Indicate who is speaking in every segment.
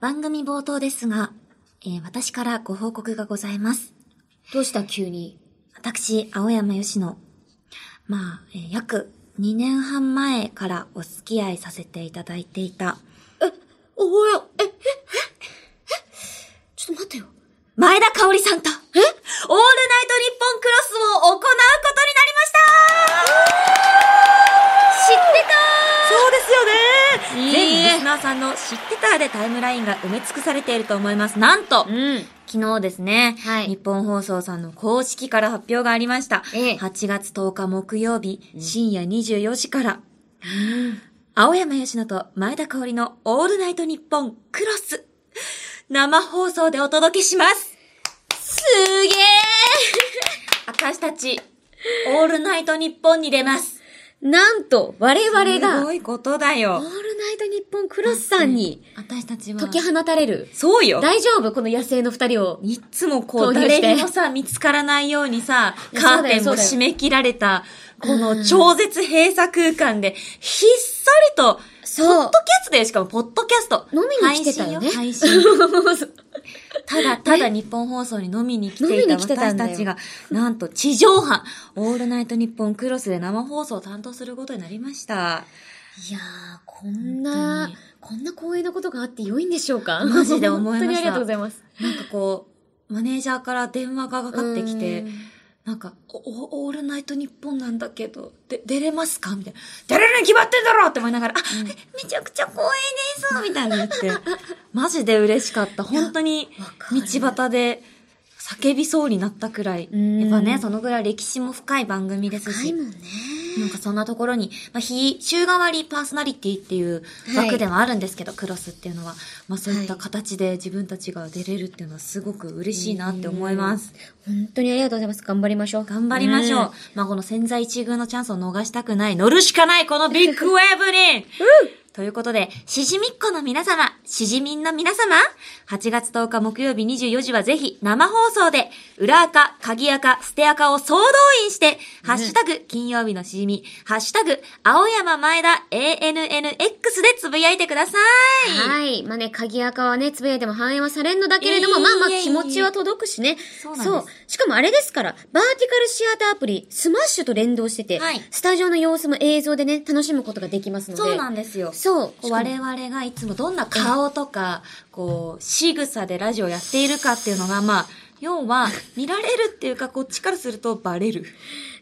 Speaker 1: 番組冒頭ですが、えー私からご報告がございます。
Speaker 2: どうした急に。
Speaker 1: 私、青山よしの、まあ、えー約2年半前からお付き合いさせていただいていた、
Speaker 2: おや、え、え、え、え、ちょっと待ってよ。
Speaker 1: 前田香織さんと、えオールナイトニッポンクロスを行うことになりました知ってたそうですよ
Speaker 2: いい
Speaker 1: 全リスナーさんの知ってたでタイムラインが埋め尽くされていると思います。なんと
Speaker 2: うん。
Speaker 1: 昨日ですね、
Speaker 2: はい
Speaker 1: 日本放送さんの公式から発表がありました。
Speaker 2: ええ
Speaker 1: 8月10日木曜日、深夜24時から、青山吉乃と前田香織のオールナイトニッポンクロス、生放送でお届けします。
Speaker 2: す げ
Speaker 1: 私たち、オールナイトニッポンに出ます。
Speaker 2: えなんと、我々
Speaker 1: す
Speaker 2: が、オー
Speaker 1: ご
Speaker 2: ル
Speaker 1: いことだよ。
Speaker 2: ナイトニッポンクロスさんに
Speaker 1: 私たちは、
Speaker 2: 解き放たれる。
Speaker 1: そうよ。
Speaker 2: 大丈夫この野生の二人を。
Speaker 1: いっつもこう、
Speaker 2: 投票して
Speaker 1: 誰にもさ、見つからないようにさ、
Speaker 2: いや
Speaker 1: カーテンも
Speaker 2: そうだよそうだよ
Speaker 1: 締め切られた、この超絶閉鎖空間で、ひっそりと、ポッ
Speaker 2: そ
Speaker 1: ドキャストで、しかもポッドキャスト。
Speaker 2: 飲みに来てたよね
Speaker 1: 配信 よ配信ただ、ただ日本放送に飲みに来てい
Speaker 2: 飲み
Speaker 1: た
Speaker 2: に来てた
Speaker 1: 私
Speaker 2: んだよ
Speaker 1: たちが、なんと地上波、オールナイトニッポンクロスで生放送を担当することになりました。
Speaker 2: いやー、こん
Speaker 1: 本当
Speaker 2: な
Speaker 1: に、
Speaker 2: こんな光栄なことがあって良いんでしょうか
Speaker 1: マジで思いました
Speaker 2: 本当にありがとうございます。
Speaker 1: なんかこう、マネージャーから電話がかかってきて
Speaker 2: う、ん
Speaker 1: なんか、おお、オールナイトニッポンなんだけど、で、出れますかみたいな。出れるに決まってんだろって思いながら、あ、めちゃくちゃ光栄ですみたいな言って、 マジで嬉しかった。本当に
Speaker 2: わ、か
Speaker 1: 道
Speaker 2: る
Speaker 1: 端で叫びそうになったくらい。
Speaker 2: うん
Speaker 1: やっぱね、そのぐらい歴史も深い番組です
Speaker 2: 深い
Speaker 1: し
Speaker 2: も。んね。
Speaker 1: なんかそんなところに、まあ、非、週替わりパーソナリティっていう枠ではあるんですけど、クロスっていうのは、まあそういった形で自分たちが出れるっていうのはすごく嬉しいなって思います。
Speaker 2: 本当にありがとうございます。頑張りましょう。
Speaker 1: 頑張りましょう。まあ、この潜在一遇のチャンスを逃したくない、乗るしかない、このビッグウェーブに、ということで、しじみっこの皆様、しじみんの皆様、8月10日木曜日24時はぜひ生放送で、裏垢、鍵垢、捨て垢を総動員して、ハッシュタグ、金曜日のしじみ、ハッシュタグ、青山前田 ANNX でつぶやいてください。
Speaker 2: はい。まあね、鍵垢はね、つぶやいても反映はされんのだけれど
Speaker 1: い
Speaker 2: も、
Speaker 1: えいえ
Speaker 2: まあまあ
Speaker 1: いえいえ
Speaker 2: 気持ちは届くしね。
Speaker 1: そうなんです
Speaker 2: しかもあれですから、バーティカルシアターアプリ、スマッシュと連動してて、
Speaker 1: はい
Speaker 2: スタジオの様子も映像でね、楽しむことができますので。
Speaker 1: そうなんんですよ。
Speaker 2: そう。
Speaker 1: こう我々がいつもどんな顔とか、こう、仕草でラジオやっているかっていうのが、まあ、要は、見られるっていうか、こっちからするとバレる。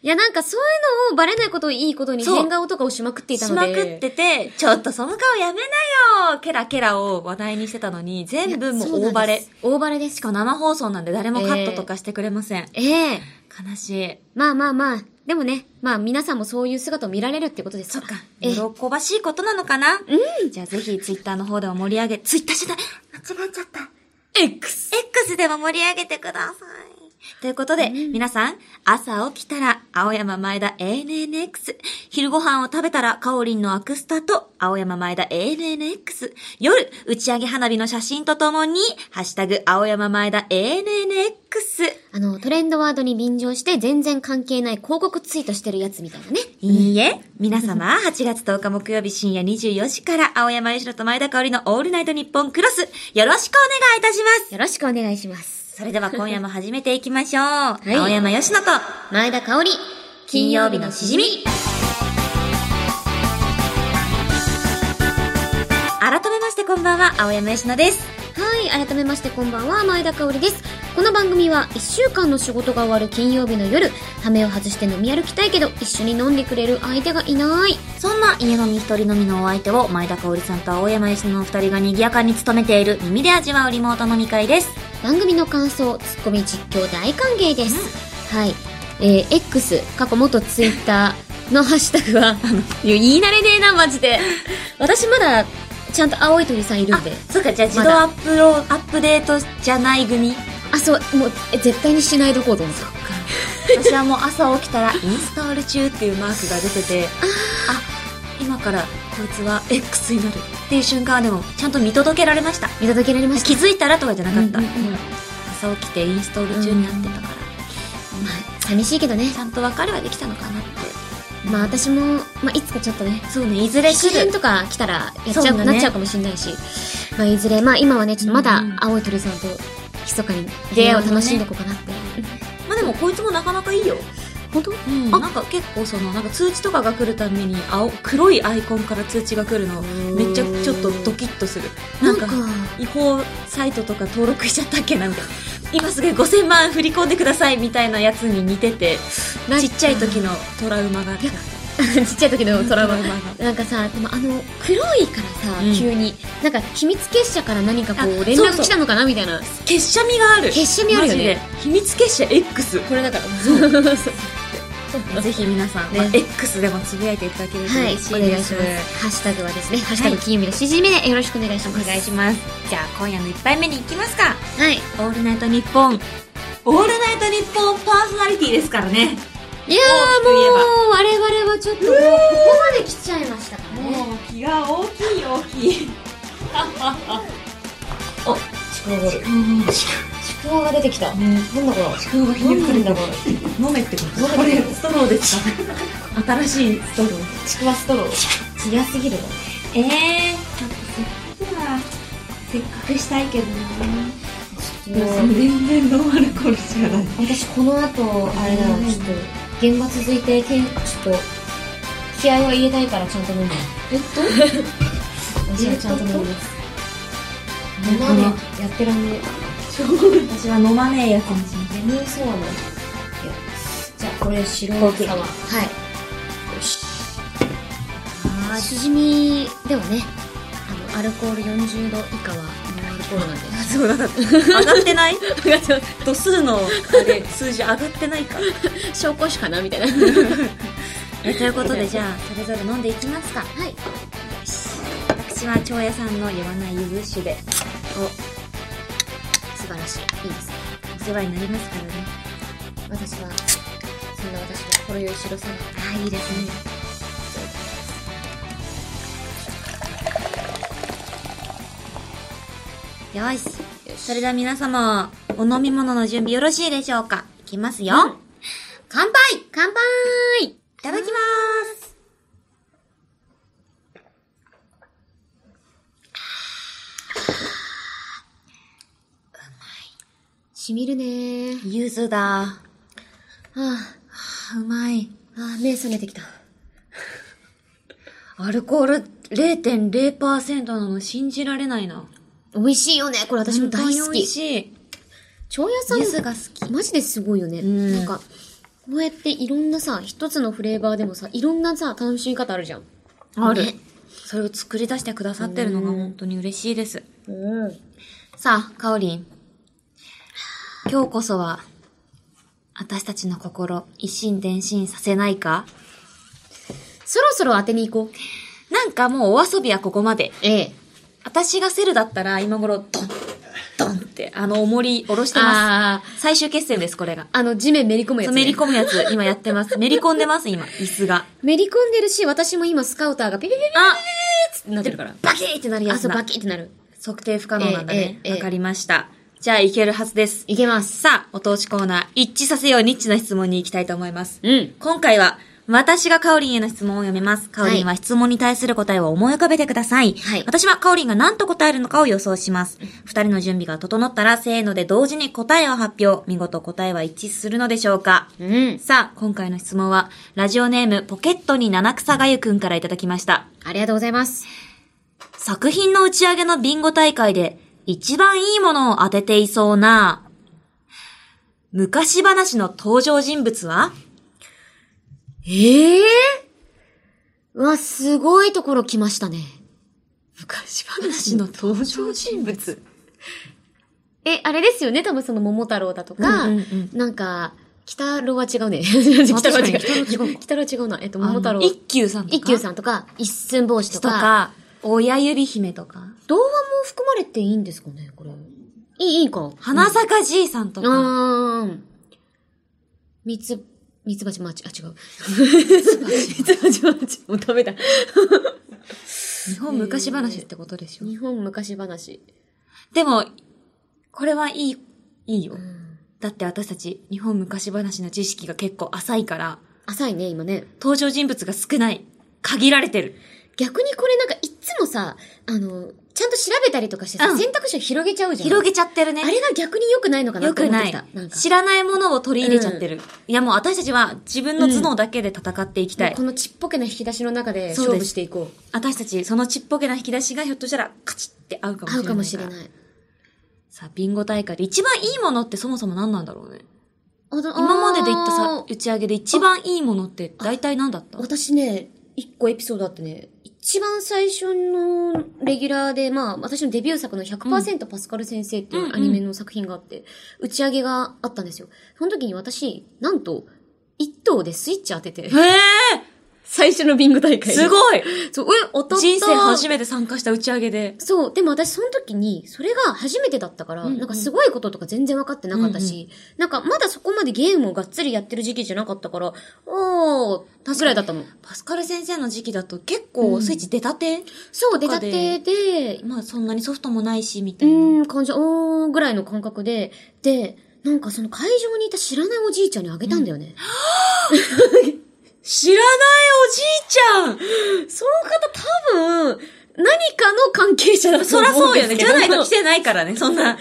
Speaker 2: いや、なんかそういうのをバレないことをいいことに
Speaker 1: そう
Speaker 2: 変顔とかをしまくっていた
Speaker 1: し
Speaker 2: の
Speaker 1: ま
Speaker 2: で。
Speaker 1: くってて、ちょっとその顔やめなよケラケラを話題にしてたのに、
Speaker 2: い
Speaker 1: 全
Speaker 2: や
Speaker 1: 部も
Speaker 2: そうな
Speaker 1: 大
Speaker 2: ん
Speaker 1: バ
Speaker 2: で
Speaker 1: レ
Speaker 2: す。大バレです
Speaker 1: しかも生放送なんで誰もカットとかしてくれません。
Speaker 2: ええ
Speaker 1: 悲しい。
Speaker 2: まあまあまあ。でもね、まあ皆さんもそういう姿を見られるってことです
Speaker 1: そっ
Speaker 2: ら
Speaker 1: か。
Speaker 2: ええ
Speaker 1: 喜ばしいことなのかなうん。じゃあぜひツイッターの方でも盛り上げ、ツイッターじゃない間違えちゃった。
Speaker 2: X!
Speaker 1: X でも盛り上げてください。ということで、皆さん、朝起きたら、青山前田 ANNX。昼ご飯を食べたら、かおりんのアクスタと、青山前田 ANNX。夜、打ち上げ花火の写真とともに、ハッシュタグ、青山前田 ANNX。
Speaker 2: あの、トレンドワードに便乗して全然関係ない広告ツイートしてるやつみたいなね。
Speaker 1: いいえ、皆様、8月10日木曜日深夜24時から、青山由ろと前田香織のオールナイトニッポンクロス、よろしくお願いいたします。
Speaker 2: よろしくお願いします。
Speaker 1: それでは今夜も始めていきましょう。
Speaker 2: い
Speaker 1: 青山由ろと、
Speaker 2: 前田香織、
Speaker 1: 金曜日のしじみ。改めましてこんばんは、青山佳乃です。
Speaker 2: はい、改めましてこんばんは、前田香織です。この番組は、一週間の仕事が終わる金曜日の夜、ハメを外して飲み歩きたいけど、一緒に飲んでくれる相手がいない。
Speaker 1: そんな家飲み一人飲みのお相手を前田香織さんと青山佳乃のお二人が賑やかに務めている耳で味わうリモート飲み会です。
Speaker 2: 番組の感想、ツッコミ実況大歓迎です。はい。えー、X、過去元ツイッターのハッシュタグは、 いや言い慣れねえな、マジで。私まだ、ちゃんと青い鳥さんいるんで。
Speaker 1: そうか、じゃあ自
Speaker 2: ま
Speaker 1: 動
Speaker 2: だ
Speaker 1: アップロ、アップデートじゃない組。
Speaker 2: あ、そう、もう、え絶対にしないどこうと思った。
Speaker 1: 私はもう朝起きたらインストール中っていうマークが出てて、あ、今からこいつは X になるっていう瞬間はでもちゃんと見届けられました。
Speaker 2: 見届けられました。
Speaker 1: 気づいたらとかじゃなかった、
Speaker 2: うんうんうん
Speaker 1: 朝起きてインストール中になってたから、
Speaker 2: まあ、寂しいけどね。
Speaker 1: ちゃんと別れはできたのかなって
Speaker 2: まあ、私も、まあ、いつかちょっとね、
Speaker 1: そうねいずれ
Speaker 2: 必
Speaker 1: 来
Speaker 2: 然
Speaker 1: る
Speaker 2: とか来たら、やっちゃ、
Speaker 1: そううだね
Speaker 2: なっちゃうかもしれないし。まあ、いずれ、まあ今はね、ちょっとまだ
Speaker 1: うんうん
Speaker 2: 青い鳥さんと密かに出会いを楽しんでいこうかなって。
Speaker 1: まあでもこいつもなかなかいいよ。
Speaker 2: 本当
Speaker 1: うん、
Speaker 2: あ
Speaker 1: なんか結構その、なんか通知とかが来るために青、黒いアイコンから通知が来るの、めっちゃちょっとドキッとする。な
Speaker 2: なんん
Speaker 1: か
Speaker 2: か、、
Speaker 1: 違法サイトとか登録しちゃったっけなみたいな。今すぐ5000万振り込んでくださいみたいなやつに似てて、
Speaker 2: なんか
Speaker 1: ちっちゃい時のトラウマがあった。
Speaker 2: ちっちゃい時 のトラウマ。
Speaker 1: が。
Speaker 2: なんかさ、でもあの、黒いからさ、
Speaker 1: うん
Speaker 2: 急に、なんか秘密結社から何かこ
Speaker 1: あ
Speaker 2: う、連
Speaker 1: そうそ
Speaker 2: 絡
Speaker 1: う
Speaker 2: 来たのかなみたいな。
Speaker 1: 結社味がある。
Speaker 2: 結社味あるよ
Speaker 1: マジ
Speaker 2: ね
Speaker 1: で。秘密結社 X。
Speaker 2: これだから、そう。
Speaker 1: ぜひ皆さん、
Speaker 2: ね
Speaker 1: まあ X でもつぶやいていただけると
Speaker 2: はい、
Speaker 1: 嬉し
Speaker 2: お
Speaker 1: い
Speaker 2: 願いし
Speaker 1: で
Speaker 2: ます
Speaker 1: す。。
Speaker 2: ハッシュタグはですね、ハッシュタグ金曜日のしじみでよろしくお願いします。
Speaker 1: お願いします。じゃあ今夜の一杯目に行きますか。
Speaker 2: はい。
Speaker 1: オールナイトニッポン。オールナイトニッポンパーソナリティですからね。
Speaker 2: いや
Speaker 1: 大き
Speaker 2: ー
Speaker 1: く
Speaker 2: もう
Speaker 1: 言えば
Speaker 2: 我々はちょっともうここまで来ちゃいましたからね。
Speaker 1: う気が大きい大きい。お、
Speaker 2: ちくわがちくわが出てきた。なんだこれ。ちくわが
Speaker 1: ひねくれてる
Speaker 2: これ。
Speaker 1: 飲めってことこれストローですか新しいストロー
Speaker 2: ちくわストロー。ちやすぎるな。
Speaker 1: ええー、ちょっとせっかくはせっかくしたいけどなもう全然ノンアルコールじゃない
Speaker 2: 私この後あれだな
Speaker 1: うん
Speaker 2: ちょっと現場続いてけんちょっと気合は入れたいからちゃんと飲む
Speaker 1: えっ
Speaker 2: 私はちゃんと飲みます
Speaker 1: と
Speaker 2: 飲まねやってらんね
Speaker 1: 私は飲まねえやつにしま
Speaker 2: え眠そうなのいやじゃあこれ白
Speaker 1: オ
Speaker 2: い
Speaker 1: ーケー
Speaker 2: 皮はい
Speaker 1: あ
Speaker 2: しじみではねあのアルコール40度以下はノンアルコールなんで
Speaker 1: そうだ上がってない度数のあれ数字上がってないか
Speaker 2: 証拠しかなみたいな
Speaker 1: えということでじゃあそれぞれ飲んでいきますか
Speaker 2: はい
Speaker 1: 私は長屋さんの言わないゆず酒で
Speaker 2: 素晴らしいいいですね
Speaker 1: お世話になりますからね
Speaker 2: 私はそんな私のほろ酔い白さん
Speaker 1: ああいいですねよしそれでは皆様お飲み物の準備よろしいでしょうかいきますよ、乾杯
Speaker 2: 乾杯
Speaker 1: いただきまーす
Speaker 2: しみるねー
Speaker 1: ゆずだは
Speaker 2: は
Speaker 1: あうまい
Speaker 2: あ、ああ、目覚めてきた。
Speaker 1: アルコール0.0%なの信じられないな
Speaker 2: 美味しいよね。これ私も大
Speaker 1: 本当
Speaker 2: 好
Speaker 1: に美味
Speaker 2: き。
Speaker 1: しい
Speaker 2: 蝶屋さ
Speaker 1: ゆず
Speaker 2: ん、
Speaker 1: が好き
Speaker 2: マジですごいよね。
Speaker 1: ん
Speaker 2: なんか、こうやっていろんなさ、一つのフレーバーでもさ、いろんなさ、楽しみ方あるじゃん。
Speaker 1: ある
Speaker 2: ね。
Speaker 1: それを作り出してくださってるのが本当に嬉しいです。
Speaker 2: うん。
Speaker 1: さあ、かおりん。今日こそは、私たちの心、一心伝心させないか
Speaker 2: そろそろ当てに行こう。
Speaker 1: なんかもうお遊びはここまで。
Speaker 2: ええ。
Speaker 1: 私がセルだったら今頃、ドン、ドンって、あの、重り下ろしてま
Speaker 2: あ
Speaker 1: す。最終決戦です、これが。
Speaker 2: あ、あの、地面めり込むや
Speaker 1: そ
Speaker 2: つ、
Speaker 1: う
Speaker 2: ね。
Speaker 1: めり込むやつ、今やってます。めり込んでます、今、椅子が。
Speaker 2: めり込んでるし、私も今スカウターがピピピピ
Speaker 1: あ
Speaker 2: ってなってるから。
Speaker 1: バキーってなるや
Speaker 2: あ、
Speaker 1: つ
Speaker 2: そう、
Speaker 1: だ
Speaker 2: バ。キってなる。
Speaker 1: 測定不可能なんだね。
Speaker 2: ええええ
Speaker 1: わかりました。じゃあ、いけるはずです。
Speaker 2: いけます。
Speaker 1: さあ、お通しコーナー、一致させようニッチな質問に行きたいと思います。
Speaker 2: うん。
Speaker 1: 今回は、私がカオリンへの質問を読みます。カオリンは質問に対する答えを思い浮かべてください。
Speaker 2: はい
Speaker 1: 私はカオリンが何と答えるのかを予想します。二人の準備が整ったら、せーので同時に答えを発表。見事答えは一致するのでしょうか
Speaker 2: うん。
Speaker 1: さあ、今回の質問は、ラジオネーム、ポケットに七草がゆくんからいただきました。
Speaker 2: ありがとうございます。
Speaker 1: 作品の打ち上げのビンゴ大会で、一番いいものを当てていそうな、昔話の登場人物は
Speaker 2: ええうわ、すごいところ来ましたね。
Speaker 1: 昔話の登場人物
Speaker 2: え、あれですよね多分その桃太郎だとか、
Speaker 1: うんうんうん
Speaker 2: なんか、北郎は違うね。 北郎は違う。
Speaker 1: 確かに北郎違う
Speaker 2: 北郎は違うな。えっと、桃太郎。
Speaker 1: 一休さんとか。
Speaker 2: 一休さんとか、一寸法師と
Speaker 1: と
Speaker 2: か。
Speaker 1: か、親指姫とか、
Speaker 2: 童話も含まれていいんですかねこれ。いい、いいか。
Speaker 1: 花坂じいさんと
Speaker 2: う
Speaker 1: か、
Speaker 2: ーん。三つ、三つ鉢マーチ、あ、違う。三つ鉢マーチ。もうダメだ。
Speaker 1: 日本昔話ってことでしょ。
Speaker 2: 日本昔話。
Speaker 1: でも、これはいい、いいよ。だって私たち、日本昔話の知識が結構浅いから、
Speaker 2: 浅いね、今ね。
Speaker 1: 登場人物が少ない。限られてる。
Speaker 2: 逆にこれなんかいっつもさ、あの、ちゃんと調べたりとかしてさ、
Speaker 1: うん
Speaker 2: 選択肢を広げちゃうじゃん。
Speaker 1: 広げちゃってるね。
Speaker 2: あれが逆に良くないのかな
Speaker 1: よ
Speaker 2: って
Speaker 1: く
Speaker 2: 思っ
Speaker 1: な
Speaker 2: てき
Speaker 1: い
Speaker 2: た。なん。か
Speaker 1: 知らないものを取り入れちゃってる。いやもう私たちは自分の頭脳だけで戦っていきたい。
Speaker 2: このちっぽけな引き出しの中で
Speaker 1: そうです
Speaker 2: 勝負していこう。
Speaker 1: 私たち、そのちっぽけな引き出しがひょっとしたらカチッって合うかもしれ
Speaker 2: 合
Speaker 1: な
Speaker 2: う
Speaker 1: い。
Speaker 2: かもしれない。。
Speaker 1: さあ、ビンゴ大会で一番いいものってそもそも何なんだろうね。
Speaker 2: あの
Speaker 1: 今までで言った
Speaker 2: あ
Speaker 1: さ
Speaker 2: ー、
Speaker 1: 打ち上げで一番いいものって大体何だった
Speaker 2: 私ね、一個エピソードあってね、一番最初のレギュラーで、まあ、私のデビュー作の100%パスカル先生ってい
Speaker 1: んうんうん
Speaker 2: うアニメの作品があって、打ち上げがあったんですよ。その時に私、なんと、一等でスイッチ当 てて、
Speaker 1: え
Speaker 2: 最初のビンゴ大
Speaker 1: え
Speaker 2: 会
Speaker 1: す
Speaker 2: い
Speaker 1: ごい
Speaker 2: そう、え、当たった
Speaker 1: 人生初めて参加した打ち上げで。
Speaker 2: そう、でも私その時に、それが初めてだったから、
Speaker 1: うんうん
Speaker 2: なんかすごいこととか全然分かってなかったし、なんかまだそこまでゲームをがっつりやってる時期じゃなかったから、おー、ぐらいだったもん。
Speaker 1: パスカル先生の時期だと結構スイッチ出たて、
Speaker 2: そう、
Speaker 1: と
Speaker 2: 出
Speaker 1: か
Speaker 2: た
Speaker 1: で
Speaker 2: てで、
Speaker 1: まあそんなにソフトもないし、みた
Speaker 2: う
Speaker 1: いな。
Speaker 2: ーん、感じ、おー、ぐらいの感覚で、で、なんかその会場にいた知らないおじいちゃんにあげたんだよね。
Speaker 1: 知らないおじいちゃん
Speaker 2: その方多分、何かの関係者だと
Speaker 1: そら
Speaker 2: 思
Speaker 1: そ
Speaker 2: うん
Speaker 1: う
Speaker 2: で
Speaker 1: よ
Speaker 2: す
Speaker 1: ね。
Speaker 2: け
Speaker 1: じ
Speaker 2: ど。
Speaker 1: ゃないと来てないからね、そんな。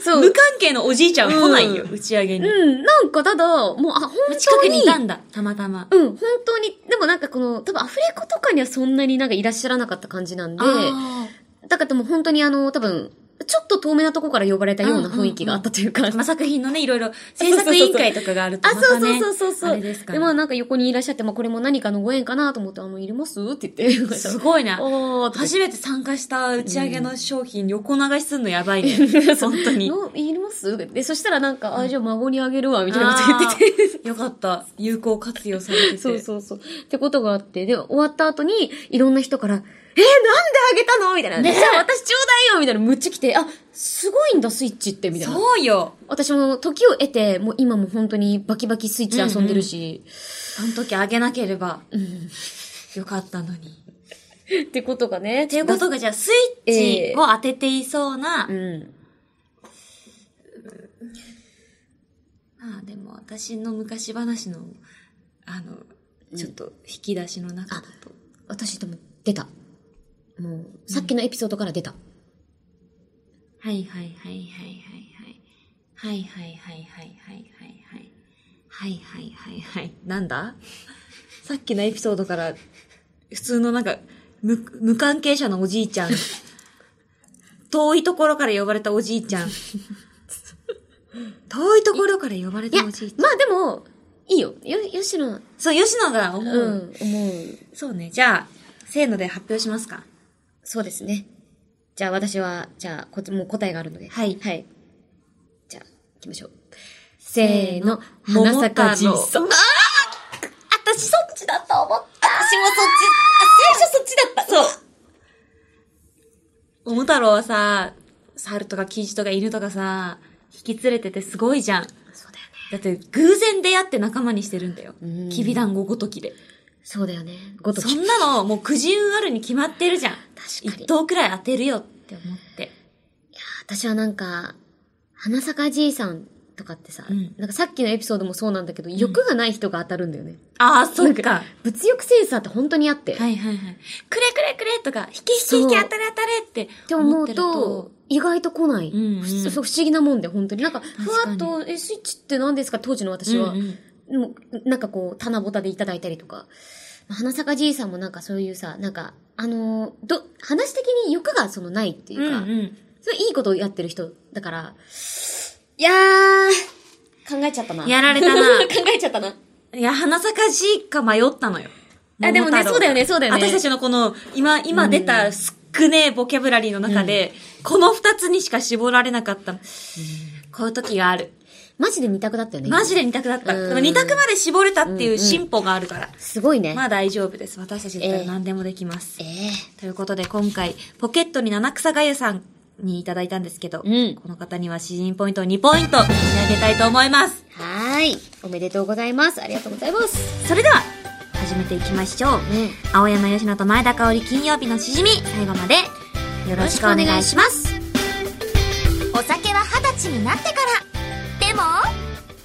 Speaker 2: そう。
Speaker 1: 無関係のおじいちゃんは来ないよ、打ち上げに。
Speaker 2: うん、なんかただ、もう、あ、本当に。
Speaker 1: 近くにいたんだ、たまたま。
Speaker 2: うん、本当に、でもなんかこの、多分アフレコとかにはそんなになんかいらっしゃらなかった感じなんで、
Speaker 1: あ
Speaker 2: だからでも本当にあの、多分、ちょっと遠目なとこから呼ばれたような
Speaker 1: うんうんうん
Speaker 2: 雰囲気があったというか、
Speaker 1: ーまあ、作品のね、いろいろ制作委員会とかがあると
Speaker 2: あ、
Speaker 1: また
Speaker 2: そう
Speaker 1: ね。
Speaker 2: そうそうそう。
Speaker 1: あれですか
Speaker 2: で、まあ
Speaker 1: ら、
Speaker 2: なんか横にいらっしゃって、まあこれも何かのご縁かなと思って、あの、いりますって言って。
Speaker 1: すごいな。
Speaker 2: おー、
Speaker 1: 初めて参加した打ち上げの商品、横流しすん のやばいね。本当に。
Speaker 2: のいりますで、そしたらなんか、あ、じゃあ孫にあげるわ、みたいなこと言ってて。
Speaker 1: あーよかった。有効活用されてて。
Speaker 2: そうそうそう。ってことがあって、で、終わった後に、いろんな人から、えー、なんであげたのみたいな。
Speaker 1: ねえ
Speaker 2: じゃあ私ちょうだいよみたいな、むっちゃ来て、あ、すごいんだ、スイッチって、みたいな。
Speaker 1: そうよ。
Speaker 2: 私も時を得て、もう今も本当にバキバキスイッチで遊んでるし、
Speaker 1: あの時あげなければ
Speaker 2: うん
Speaker 1: よかったのに。
Speaker 2: ってことがね。っ
Speaker 1: っていうことが、じゃあ、スイッチを当てていそうな
Speaker 2: う、ん。
Speaker 1: まあでも私の昔話の、あの、ちょっと引き出しの中だと。
Speaker 2: 私でも出た。もう、さっきのエピソードから出た。
Speaker 1: はいはいはいはいはいはい。はいはいはいはいはいはいはい。はいはいはいはい。なんださっきのエピソードから、普通のなんか、無、無関係者のおじいちゃん。遠いところから呼ばれたおじいちゃん。遠いところから呼ばれ
Speaker 2: いや、
Speaker 1: た
Speaker 2: ま
Speaker 1: お
Speaker 2: あ
Speaker 1: じいちゃん。
Speaker 2: でも、いいよ。よ、よしの、
Speaker 1: そう、吉野が
Speaker 2: う
Speaker 1: 思う。
Speaker 2: ん、思う。
Speaker 1: そうね。じゃあ、せーので発表しますか。
Speaker 2: そうですね。じゃあ私は、じゃあ、こっちもう答えがあるので。
Speaker 1: はい
Speaker 2: はい。じゃあ、行きましょう。せーの、
Speaker 1: 桃太
Speaker 2: 花
Speaker 1: 郎
Speaker 2: 坂じいさん。あ
Speaker 1: 私そっちだと思った。
Speaker 2: 私もそっち、あ、最初そっちだった。そう。
Speaker 1: 桃太郎はさ、猿とかキジとか犬とかさ、引き連れててすごいじゃん。
Speaker 2: そうだよね。
Speaker 1: だって偶然出会って仲間にしてるんだよ
Speaker 2: うん。
Speaker 1: きびだんごごときで。
Speaker 2: そうだよね。ごと
Speaker 1: そ
Speaker 2: き。
Speaker 1: んなのもうくじ運あるに決まってるじゃん。
Speaker 2: 確かに
Speaker 1: 一等くらい当てるよって思って。
Speaker 2: 私はなんか、花坂じいさんとかってさ、
Speaker 1: うん
Speaker 2: なんかさっきのエピソードもそうなんだけど、欲がない人が当たるんだよね。
Speaker 1: ああ、そっか。
Speaker 2: な
Speaker 1: は
Speaker 2: ん物欲センサーって本当にあって。
Speaker 1: いはいはい。くれくれくれとか、引き
Speaker 2: そう
Speaker 1: 引き引き当たれ当たれって
Speaker 2: って思
Speaker 1: 思っ
Speaker 2: う
Speaker 1: てる
Speaker 2: と
Speaker 1: と、、
Speaker 2: 意外と来ない。
Speaker 1: うんうん
Speaker 2: ふそう不思議なもんで、本当に。なんか、ふ
Speaker 1: か
Speaker 2: わっ
Speaker 1: に
Speaker 2: と、え、スイッチって何ですか当時の私は。
Speaker 1: うんうん
Speaker 2: でもなんかこう、棚ぼたでいただいたりとか。花坂じいさんもなんかそういうさ、なんか、あのーど、話的に欲がそのないっていうか、
Speaker 1: うんうん
Speaker 2: それいいことをやってる人だから、いやー、考えちゃったな。
Speaker 1: やられたな
Speaker 2: 考えちゃったな。
Speaker 1: いや、花坂じいか迷ったのよ。
Speaker 2: あでも
Speaker 1: 桃
Speaker 2: ね
Speaker 1: 太郎
Speaker 2: そうだよねそうだよね
Speaker 1: 私たちのこの、今、今出た少ねえボキャブラリーの中で、この二つにしか絞られなかった。こういう時がある。
Speaker 2: マジで二択だったよね。
Speaker 1: マジで二択だった。
Speaker 2: うん
Speaker 1: でも二択まで絞れたっていう進歩があるから。
Speaker 2: すごいね。
Speaker 1: まあ大丈夫です。私たちだったら何でもできます。
Speaker 2: ええ
Speaker 1: ということで今回、ポケットに七草がゆさんにいただいたんですけど、
Speaker 2: うん
Speaker 1: この方には詩人ポイントを2ポイント差し上げたいと思います。
Speaker 2: はーい。おめでとうございます。ありがとうございます。
Speaker 1: それでは、始めていきましょう。
Speaker 2: ね
Speaker 1: 青山吉乃と前田香織金曜日のしじみ最後までよろしくお願いします
Speaker 3: お酒は二十歳になってからでも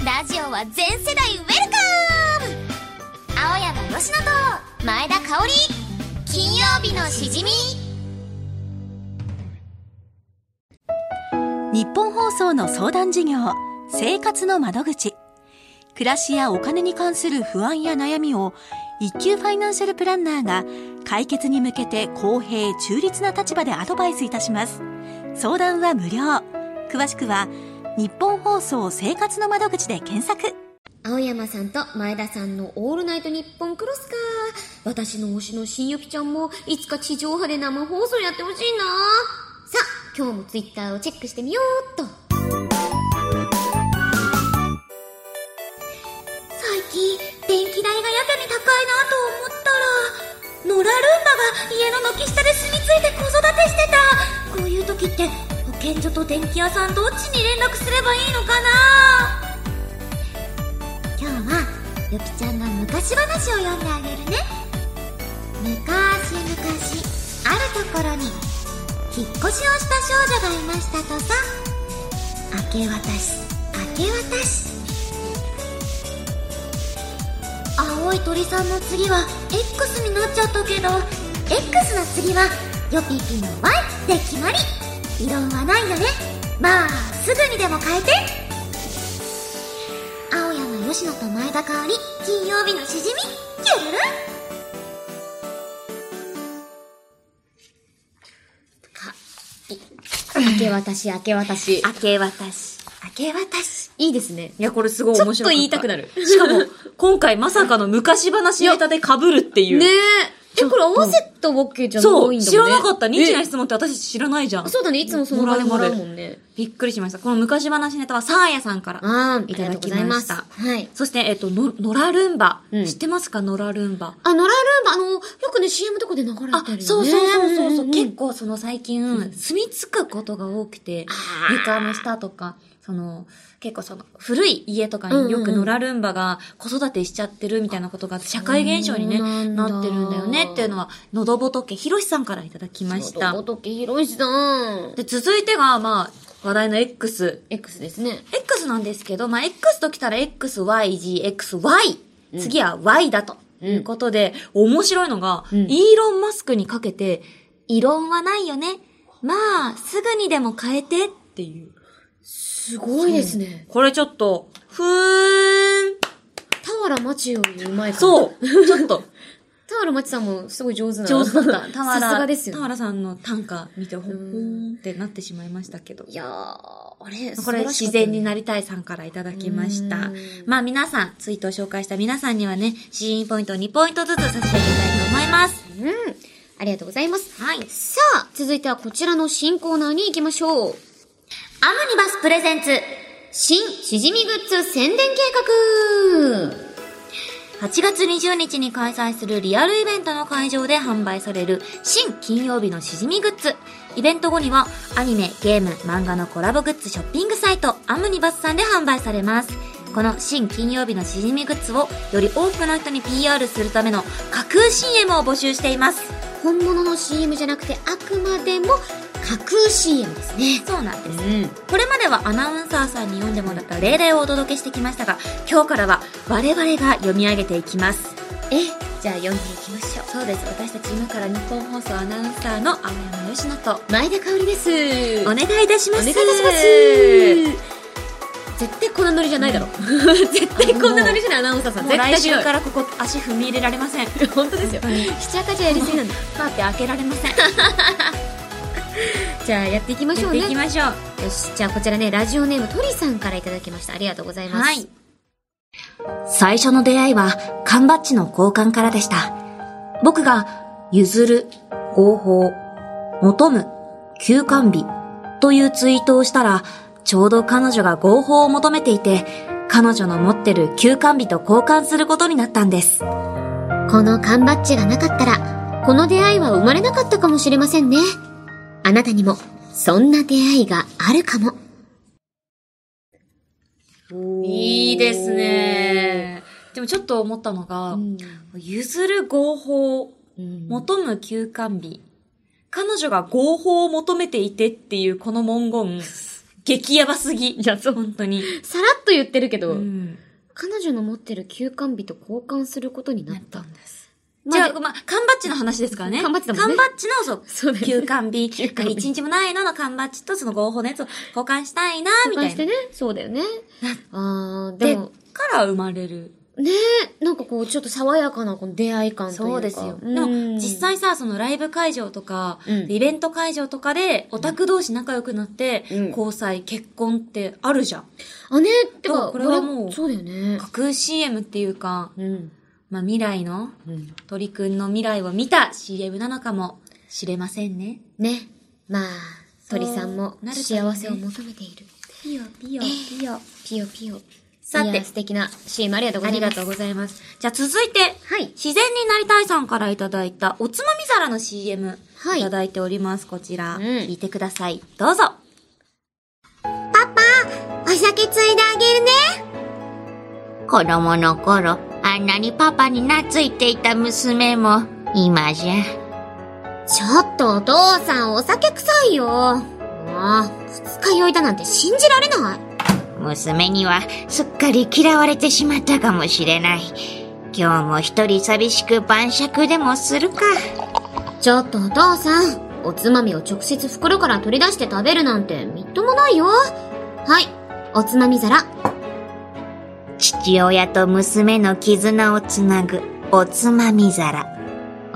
Speaker 3: ラジオは全世代ウェルカム青山佳乃と前田香織金曜日のしじみ
Speaker 4: 日本放送の相談事業生活の窓口暮らしやお金に関する不安や悩みを一級ファイナンシャルプランナーが解決に向けて公平中立な立場でアドバイスいたします相談は無料詳しくは日本放送生活の窓口で検索
Speaker 2: 青山さんと前田さんのオールナイトニッポンクロスか。私の推しの新ゆきちゃんも、いつか地上波で生放送やってほしいな。さあ、今日もツイッターをチェックしてみようっと。最近、電気代がやけに高いなと思ったら、野良ルンバが家の軒下で住み着いて子育てしてた。こういう時って、保健所と電気屋さんどっちに連絡すればいいのかな
Speaker 3: 今日はゆきちゃんが昔話を読んであげるね昔昔あるところに引っ越しをした少女がいましたとさ明け渡し明け渡し青い鳥さんの次は X になっちゃったけど X の次はよぴぴの Y で決まり異論はないよねまあすぐにでも変えて青山吉野と前田香織金曜日のしじみキュルル
Speaker 2: か、い、明け渡し、明け渡し。
Speaker 1: 明け渡し。
Speaker 3: 明け渡し
Speaker 2: いいですね。
Speaker 1: いや、これすごい面白い。
Speaker 2: ちょっと言いたくなる
Speaker 1: しかも、今回まさかの昔話ネタで被るっていう。
Speaker 2: ねえ。え、これ合わせたわけじゃな
Speaker 1: そ
Speaker 2: いんだもん
Speaker 1: う、
Speaker 2: ね。
Speaker 1: 知らなかった。ニッチな
Speaker 2: え
Speaker 1: 質問って私たち知らないじゃん。
Speaker 2: そうだね、いつもその場でも
Speaker 1: も
Speaker 2: ら
Speaker 1: ら
Speaker 2: う
Speaker 1: う
Speaker 2: も
Speaker 1: も
Speaker 2: んね。
Speaker 1: びっくりしました。この昔話ネタはサーヤさんから
Speaker 2: あー、
Speaker 1: いただきま
Speaker 2: ありがとうございま
Speaker 1: し
Speaker 2: す。
Speaker 1: た。
Speaker 2: はい。
Speaker 1: そして、えっと、のノラルンバ
Speaker 2: うん。
Speaker 1: 知ってますかノラルンバ。
Speaker 2: あ、ノラルンバ、あの、よくね、CM とかで流れてるよ
Speaker 1: あ、
Speaker 2: ね。
Speaker 1: そうそうそうそうそう。
Speaker 2: ん
Speaker 1: 結構その最近、住み着くことが多くて、床の下とか、その、結構その、古い家とかによ
Speaker 2: うんうんう
Speaker 1: く
Speaker 2: ん
Speaker 1: 野良ルンバが子育てしちゃってるみたいなことが社会現象にね、
Speaker 2: そうなんだ
Speaker 1: なってるんだよねっていうのは、のどぼとけひろしさんからいただきました
Speaker 2: そう。仏ひろしさん。
Speaker 1: で、続いてが、まあ、話題の X。
Speaker 2: X ですね。
Speaker 1: X なんですけど、まあ、X と来たら XYGXY。次は Y だと。いうことで、面白いのが、
Speaker 2: うん
Speaker 1: イーロン・マスクにかけて、異論はないよね。まあ、すぐにでも変えてっていう。
Speaker 2: すごいですね。
Speaker 1: これちょっと、ふーん。
Speaker 2: 俵町よりうまいから。。
Speaker 1: そうう。ちょっと、
Speaker 2: 俵町さんもすごい上手なの
Speaker 1: 上手だった。田原、
Speaker 2: さすがですよね
Speaker 1: 田。原さんの短歌見て、ほほーんってなってしまいましたけど。
Speaker 2: いやー、あれ、
Speaker 1: これ自然になりたいさんからいただきまし
Speaker 2: う
Speaker 1: た
Speaker 2: ん。
Speaker 1: まあ皆さん、ツイートを紹介した皆さんにはね、シーンポイントを2ポイントずつ差し上げたいと思います。
Speaker 2: り。うん。ありがとうございます。
Speaker 1: はい。アムニ
Speaker 2: さあ、続いてはこちらの新コーナーに行きましょう。
Speaker 1: バスプレゼンツ。
Speaker 2: 新しじみグッズ宣伝計
Speaker 1: 8月20日に開催するリアルイベントの会場で販売される新金曜日のしじみグッズ。イベント後にはアニメ、ゲーム、漫画のコラボグッズショッピングサイトアムニバスさんで販売されます。この新金曜日のしじみグッズをより多くの人に PR するための架空 CM を募集しています。
Speaker 2: 画本物の CM じゃなくて、あくまでも架空 CM ですね。
Speaker 1: そうなんです。
Speaker 2: ん。
Speaker 1: これまではアナウンサーさんに読んでもらった例題をお届けしてきましたが、今日からは我々が読み上げていきます。
Speaker 2: え、じゃあ読んでいきましょう。
Speaker 1: そうです。私たち今から日本放送アナウンサーの青山よしのと、
Speaker 2: 前田香織です。
Speaker 1: お願いいたします。
Speaker 2: お願いいたします。絶対こんなノリじゃないだ ろ。絶対こんなノリじゃないアナウンサーさん。
Speaker 1: もう
Speaker 2: 絶対
Speaker 1: 来週
Speaker 2: 違う。
Speaker 1: からここ足踏み入れられません。
Speaker 2: 本当です
Speaker 1: 本
Speaker 2: よ。
Speaker 1: 当に
Speaker 2: しちゃかちゃやり すぎなんだ。
Speaker 1: カーテン開けられませ ん。
Speaker 2: じゃあやっていきまし
Speaker 1: や
Speaker 2: ょ
Speaker 1: っ
Speaker 2: う
Speaker 1: て
Speaker 2: ね。
Speaker 1: いきましょう。
Speaker 2: よし、じゃあこちらね、ラジオネームトリさんからいただきました。ありがとうございます。
Speaker 1: はい。。最初の出会いは、缶バッジの交換からでした。僕が、譲る、合法、求む、休館日、というツイートをしたら、ちょうど彼女が合法を求めていて、彼女の持ってる休館日と交換することになったんです。
Speaker 2: この缶バッジがなかったら、この出会いは生まれなかったかもしれませんね。あなたにも、そんな出会いがあるかも。いいですね。
Speaker 1: でもちょっと思ったのが
Speaker 2: うん
Speaker 1: 譲る合法、求む休館日。彼女が合法を求めていてっていうこの文 言、激ヤバすぎ。いや、そう。本当に。
Speaker 2: さらっと言ってるけど、
Speaker 1: うん
Speaker 2: 彼女の持ってる休館日と交換することになった。
Speaker 1: です。じゃ
Speaker 2: ま
Speaker 1: あ、まあ、缶バッジの話ですからね。
Speaker 2: 缶バッジだもんね
Speaker 1: 缶バッジの、 そう、
Speaker 2: そうだよね
Speaker 1: 休館日。
Speaker 2: 休館日
Speaker 1: 一日もないのの缶バッジとその合法のやつを交換したいな、みた
Speaker 2: 交換
Speaker 1: い
Speaker 2: して
Speaker 1: な。
Speaker 2: ね。そうだよね。あー、で
Speaker 1: で、
Speaker 2: も、
Speaker 1: から生まれる。
Speaker 2: ねえ、なんかこう、ちょっと爽やかなこの出会い感というか。
Speaker 1: で
Speaker 2: ん
Speaker 1: も、実際さ、そのライブ会場とか、
Speaker 2: うん
Speaker 1: イベント会場とかで、オタク同士仲良くなって、
Speaker 2: うん
Speaker 1: 交際、結婚ってあるじゃん。
Speaker 2: あ、ねて
Speaker 1: だか、
Speaker 2: から
Speaker 1: これはもう
Speaker 2: こそうだよね。
Speaker 1: 架空 CM っていうか、
Speaker 2: うん。
Speaker 1: まあ未来の、
Speaker 2: うん。
Speaker 1: 鳥くんの未来を見た CM なのかもしれませんね。
Speaker 2: ね。まあ、
Speaker 1: そう
Speaker 2: 鳥さんも
Speaker 1: なるといいね
Speaker 2: 幸せを求めている。
Speaker 1: ピヨピヨピヨ。
Speaker 2: ピヨピヨ。
Speaker 1: さて
Speaker 2: いや素敵な CM ありがとうご
Speaker 1: あ
Speaker 2: ざい
Speaker 1: り
Speaker 2: ま
Speaker 1: が
Speaker 2: す。
Speaker 1: とうございます。じゃあ続いて、
Speaker 2: はい。
Speaker 1: 自然になりたいさんからいただいたおつまみ皿の CM、、
Speaker 2: はいい
Speaker 1: ただいております。こちら、
Speaker 2: うん
Speaker 1: 聞いてください。どうぞ。
Speaker 3: お酒ついであげるね
Speaker 5: 子供の頃、あんなにパパに懐いていた娘も、今じゃ。
Speaker 2: ちょっとお父さん、お酒臭いよ。もう、二日酔いだなんて信じられない。
Speaker 5: 娘には、すっかり嫌われてしまったかもしれない。今日も一人寂しく晩酌でもするか。
Speaker 2: ちょっとお父さん、おつまみを直接袋から取り出して食べるなんてみっともないよ。はい、おつまみ皿。
Speaker 5: 父親と娘の絆をつなぐ、おつまみ皿。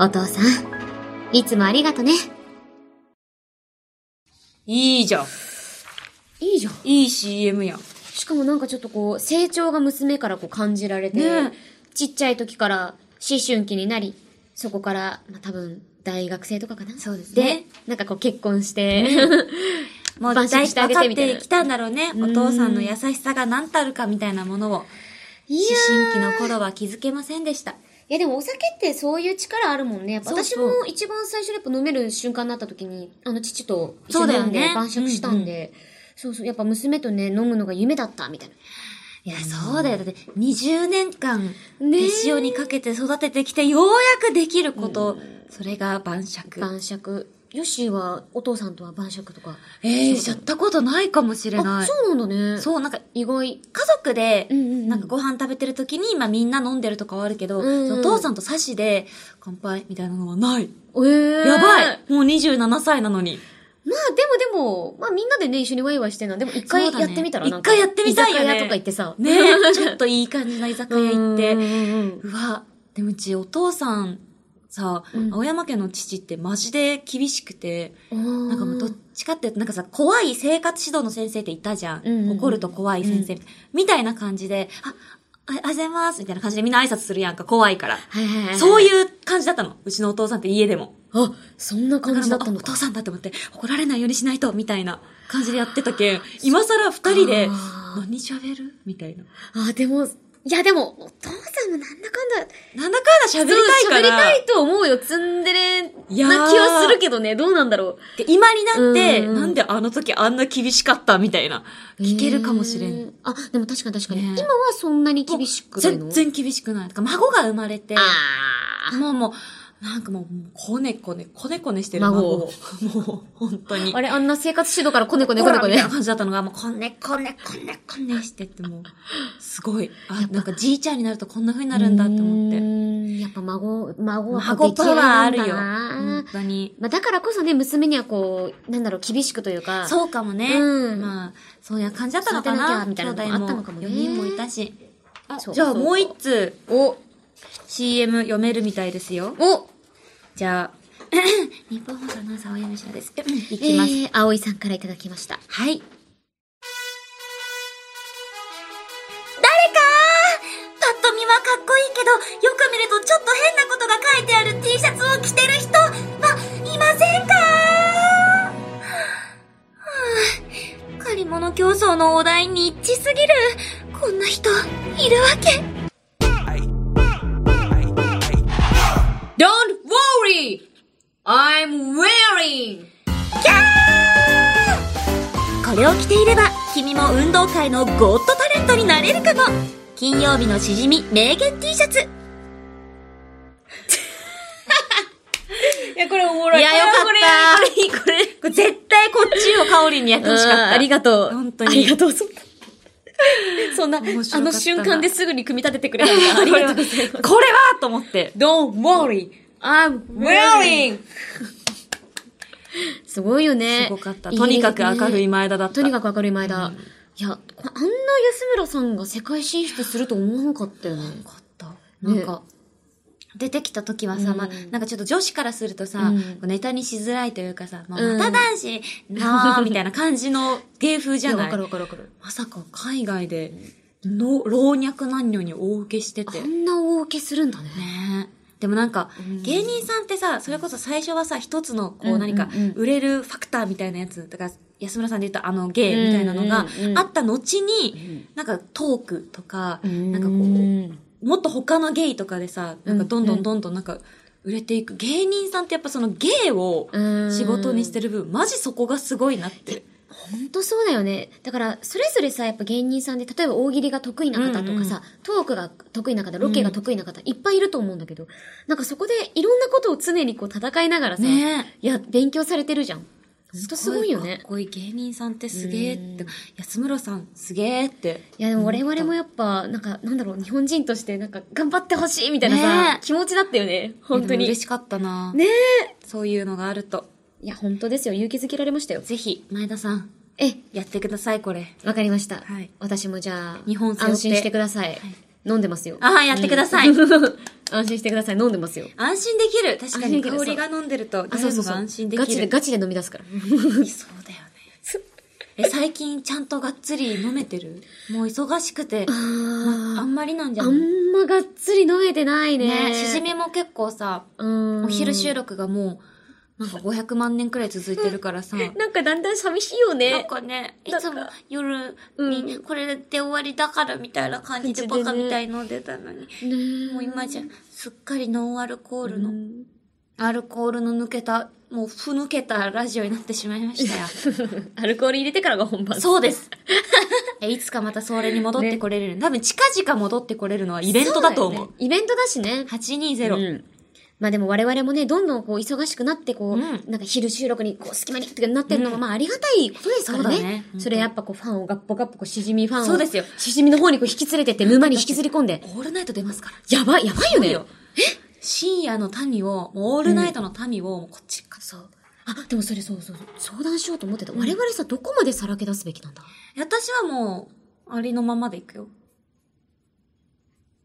Speaker 2: お父さん、いつもありがとね。
Speaker 1: いいじゃん。
Speaker 2: いいじゃん。
Speaker 1: いい CM やん。
Speaker 2: しかもなんかちょっとこう、成長が娘からこう感じられて、
Speaker 1: ね
Speaker 2: ちっちゃい時から思春期になり、そこから、まあ、多分、大学生とかかな。そうです
Speaker 1: ね。
Speaker 2: で、なんかこう結婚して、
Speaker 1: もう大
Speaker 2: 晩酌
Speaker 1: 体
Speaker 2: してあ
Speaker 1: 分
Speaker 2: げ
Speaker 1: かって
Speaker 2: みたいな
Speaker 1: てきたんだろうね。お父さんの優しさが何たるかみたいなものを、思
Speaker 2: いや
Speaker 1: 春期の頃は気づけませんでした。
Speaker 2: いやでもお酒ってそういう力あるもんね。やっぱ
Speaker 1: そう
Speaker 2: 私
Speaker 1: そう
Speaker 2: も一番最初にやっぱ飲める瞬間になった時に、あの父と一
Speaker 1: そ
Speaker 2: 緒
Speaker 1: う
Speaker 2: に
Speaker 1: だよ
Speaker 2: 飲ん
Speaker 1: ね
Speaker 2: で晩酌したんで、そうそう、やっぱ娘とね、飲むのが夢だったみたいな。
Speaker 1: いや、そうだよ。だって、20年間、
Speaker 2: ねえ
Speaker 1: 手塩にかけて育ててきて、ようやくできること、それが晩酌。
Speaker 2: 晩酌。ヨッシーはお父さんとは晩酌とか。
Speaker 1: ええー、やったことないかもしれな
Speaker 2: あ、
Speaker 1: い。
Speaker 2: そうなんだね。う。
Speaker 1: そう、なんか、
Speaker 2: 意外。
Speaker 1: 家族で、
Speaker 2: うんうんうん
Speaker 1: なんかご飯食べてる時に、まあみんな飲んでるとかはあるけど、
Speaker 2: うんうん
Speaker 1: そのお父さんと差しで、乾杯みたいなのはない。
Speaker 2: えー、
Speaker 1: やば
Speaker 2: まあ
Speaker 1: いもう27歳なのに。
Speaker 2: でもでも、まあみんなでね、一緒にワイワイしてんのはでも一
Speaker 1: そ
Speaker 2: 回
Speaker 1: うだね
Speaker 2: やってみたらなんか、
Speaker 1: 一回やってみたいよね
Speaker 2: 居酒屋とか行ってさ。
Speaker 1: ねえ、ちょっといい感じの居酒屋行って。
Speaker 2: う
Speaker 1: うん
Speaker 2: うん
Speaker 1: わ、でもうちお父さんさ、
Speaker 2: うん
Speaker 1: 青山家の父ってマジで厳しくて、
Speaker 2: うん。
Speaker 1: なんかもうどっちかっていうと、なんかさ、怖い生活指導の先生っていたじゃん。
Speaker 2: うんうんうん
Speaker 1: 怒ると怖い先生、みたいな感じで、あ、あ、ありがとうございますみたいな感じでみんな挨拶するやんか、怖いから。
Speaker 2: はいはいはいはい。
Speaker 1: そういう感じだったの。うちのお父さんって家でも。
Speaker 2: あ、そんな感じだった
Speaker 1: あ
Speaker 2: の
Speaker 1: お
Speaker 2: か
Speaker 1: 父。さんだと思って、怒られないようにしないと、みたいな感じでやってたけん、今更二人で、何喋るみたいな。
Speaker 2: あ、でも、いやでも、お父さんもなんだかんだ、
Speaker 1: なんだかんだ喋りたいから。
Speaker 2: 喋りたいと思うよ。ツンデレな気
Speaker 1: やー
Speaker 2: はするけどね。どうなんだろ
Speaker 1: で今になって、
Speaker 2: うんうん
Speaker 1: なんであの時あんな厳しかったみたいな。
Speaker 2: う。
Speaker 1: 聞けるかもしれん。
Speaker 2: へー。あ、でも確かに確かに。
Speaker 1: ね
Speaker 2: 今はそんなに厳しくないの
Speaker 1: 全然厳しくない。だから孫が生まれて、
Speaker 2: あ
Speaker 1: もうもう、なんかもう、こねこね、こねこねしてる
Speaker 2: 孫
Speaker 1: 孫
Speaker 2: を
Speaker 1: を。もう、本当に。
Speaker 2: ー。あれ、あんな生活指導からこねこね
Speaker 1: ほ
Speaker 2: こ
Speaker 1: ら
Speaker 2: ねこ
Speaker 1: みた
Speaker 2: ね
Speaker 1: いな。感じだったのが、もう、こねこねこねこねしてって、もう、すごい。あ、なんかじいちゃんになるとこんな風になるんだって思って。
Speaker 2: て。やっぱ孫、孫は
Speaker 1: 孫パワーある
Speaker 2: 出来
Speaker 1: よ。
Speaker 2: 上がるんだな
Speaker 1: 本当に。
Speaker 2: まあだからこそね、娘にはこう、なんだろう、厳しくというか。
Speaker 1: そうかもね。
Speaker 2: うん
Speaker 1: まあ、そういう感じだったのか
Speaker 2: 育てなきゃ
Speaker 1: な。
Speaker 2: みたいなの
Speaker 1: 兄弟
Speaker 2: があったのかもね
Speaker 1: 4人もいたし。あ
Speaker 2: そう
Speaker 1: じゃあ
Speaker 2: そう
Speaker 1: もう一通、
Speaker 2: お、
Speaker 1: CM 読めるみたいですよ。
Speaker 2: お、
Speaker 1: じ ゃあ、日本放送アナウンサー、青山翔 です。いきます。
Speaker 2: えー、葵さんからいただきました。
Speaker 1: は
Speaker 3: 誰
Speaker 1: い。
Speaker 3: かパッと見はかっこいいけど、よく見るとちょっと変なことが書いてある T シャツを着てる人は、いませんかはぁ借り物競争のお題に一致すぎる。こんな人、いるわけ。
Speaker 2: Don't worry! I'm wearing!
Speaker 1: これを着ていれば、君も運動会のゴッドタレントになれるかも。金曜日のしじみ名言 T シャツ。いや、これおもろい。
Speaker 2: いやよかった
Speaker 1: これこれ、これ、これ絶対こっちをカオリンにやってほしかった。
Speaker 2: ありがとう。
Speaker 1: 本当に
Speaker 2: ありがとう、そんな。そんな、あ
Speaker 1: 面白かったな
Speaker 2: の瞬間ですぐに組み立ててくれ たのがありがとうございます。
Speaker 1: これはと思って。
Speaker 2: Don't worry, I'm
Speaker 1: Wearing!
Speaker 2: すごいよね。
Speaker 1: すごかった。とにかく明るい前田だった。
Speaker 2: とにかく明るい前田。いや、こあんな安村さんが世界進出すると思わんかったよね。なんか、
Speaker 1: 出てきた時はさ、
Speaker 2: うん
Speaker 1: まあ、なんかちょっと女子からするとさ、
Speaker 2: うん
Speaker 1: こうネタにしづらいというかさ、まあ、
Speaker 2: うん
Speaker 1: また男子、なーみたいな感じの芸風じ
Speaker 2: い
Speaker 1: ゃ
Speaker 2: や、
Speaker 1: な
Speaker 2: わ
Speaker 1: い
Speaker 2: かるわかるわかる。
Speaker 1: まさか海外で、の、老若男女に大受けしてて。
Speaker 2: あ
Speaker 1: ね
Speaker 2: んな大受けするんだね。
Speaker 1: えでもなんか
Speaker 2: うん、
Speaker 1: 芸人さんってさ、それこそ最初はさ、一つの、
Speaker 2: う
Speaker 1: こ
Speaker 2: んう
Speaker 1: うん何か
Speaker 2: うん、
Speaker 1: 売れるファクターみたいなやつ、だから、安村さんで言ったあの芸みたいなのが
Speaker 2: うんうんうん
Speaker 1: あった後に、なんかトークとか、な
Speaker 2: な
Speaker 1: んん
Speaker 2: か
Speaker 1: か
Speaker 2: こ
Speaker 1: こ
Speaker 2: う
Speaker 1: う、
Speaker 2: ん、
Speaker 1: もっと他のゲイとかでさ、なんかどんどんどんどんなんか売れていく。芸人さんってやっぱその芸を仕事にして
Speaker 2: る。
Speaker 1: る分、マジそこがすごいなって。
Speaker 2: ほんとそうだよね。だから、それぞれさ、やっぱ芸人さんで、例えば大喜利が得意な方とかさ、トークが得意な方、ロケが得意な方、いっぱいいると思うんだけど、なんかそこでいろんなことを常にこう戦いながらさ、
Speaker 1: ね
Speaker 2: いや、勉強されてるじゃん。ほんとすごいよね
Speaker 1: かっ。こいい芸人さんってすげえっ
Speaker 2: う
Speaker 1: て
Speaker 2: ん。
Speaker 1: 安村さんすげえって。
Speaker 2: いやでも我々もやっぱ、なんか、なんだろう、日本人として、なんか、頑張ってほしいみたいなさ、
Speaker 1: ねえ
Speaker 2: 気持ちだったよね。本当
Speaker 1: でも
Speaker 2: に。
Speaker 1: 嬉しかったな
Speaker 2: ね
Speaker 1: そういうのがあると。
Speaker 2: いや、本当ですよ。勇気づけられましたよ。
Speaker 1: ぜひ、前田さん、
Speaker 2: え、
Speaker 1: やってください、これ。
Speaker 2: わかりました。
Speaker 1: はい
Speaker 2: 私もじゃあ、
Speaker 1: 日本背負って
Speaker 2: 安心してください。飲んでますよ。
Speaker 1: あーやってください
Speaker 2: うん 安心してください。飲んでますよ。
Speaker 1: 安心できる。確か
Speaker 2: 安心
Speaker 1: に
Speaker 2: できる
Speaker 1: 香りが飲んでると、
Speaker 2: あ、
Speaker 1: 誰もが安心できる。
Speaker 2: ガチで、ガチで飲み出すから。
Speaker 1: そうだよね。え、最近ちゃんとがっつり飲めてるもう忙しくて、あ
Speaker 2: あ
Speaker 1: んまりなんじ
Speaker 2: ー
Speaker 1: ゃ
Speaker 2: あ
Speaker 1: ないね
Speaker 2: んまがっつり飲めてないね。
Speaker 1: しじみも結構さ、
Speaker 2: うん。
Speaker 1: お昼収録がもう、なんか500万年くらい続いてるからさ、
Speaker 2: なんかだんだん寂しいよ
Speaker 1: なん
Speaker 2: ね。
Speaker 1: かね、い
Speaker 2: なんか
Speaker 1: つも夜
Speaker 2: う
Speaker 1: にこれで終わりだからみたいな感じで
Speaker 2: 感
Speaker 1: バ
Speaker 2: じでね
Speaker 1: カみたいの出たのに、
Speaker 2: ね
Speaker 1: もう今じゃすっかりノンアルコール
Speaker 2: う
Speaker 1: の、
Speaker 2: ん
Speaker 1: アルコールの抜けた、もうふぬけたラジオになってしまいました よ。
Speaker 2: アルコール入れてからが本番。
Speaker 1: そうです。 えいつかまたそれに戻ってこれる、多分近々戻ってこれるのはイ
Speaker 2: イ
Speaker 1: ベントだと思う。
Speaker 2: イベントだしね。
Speaker 1: 820、
Speaker 2: うんまあでも我々もね、どんどんこう忙しくなって、こう、
Speaker 1: うん
Speaker 2: なんか昼収録にこう隙間にってなってるのも、
Speaker 1: うん
Speaker 2: まあありがたいことですから
Speaker 1: そうだね
Speaker 2: ね
Speaker 1: 本。当
Speaker 2: それやっぱこうファンをガッポガッポこうしじみファンを。
Speaker 1: そうですよ
Speaker 2: しじみの方にこう引き連れてって、沼に引きずり込んで。
Speaker 1: オールナイト出ますから。
Speaker 2: やばい、やばいよね。
Speaker 1: 深夜の民を、もうオールナイトの民を、こっちか。
Speaker 2: そう。あ、でもそれそうそうそう。相談しようと思ってた。我々さ、どこまでさらけ出すべきなんだ
Speaker 1: 私はもう、ありのままでいくよ。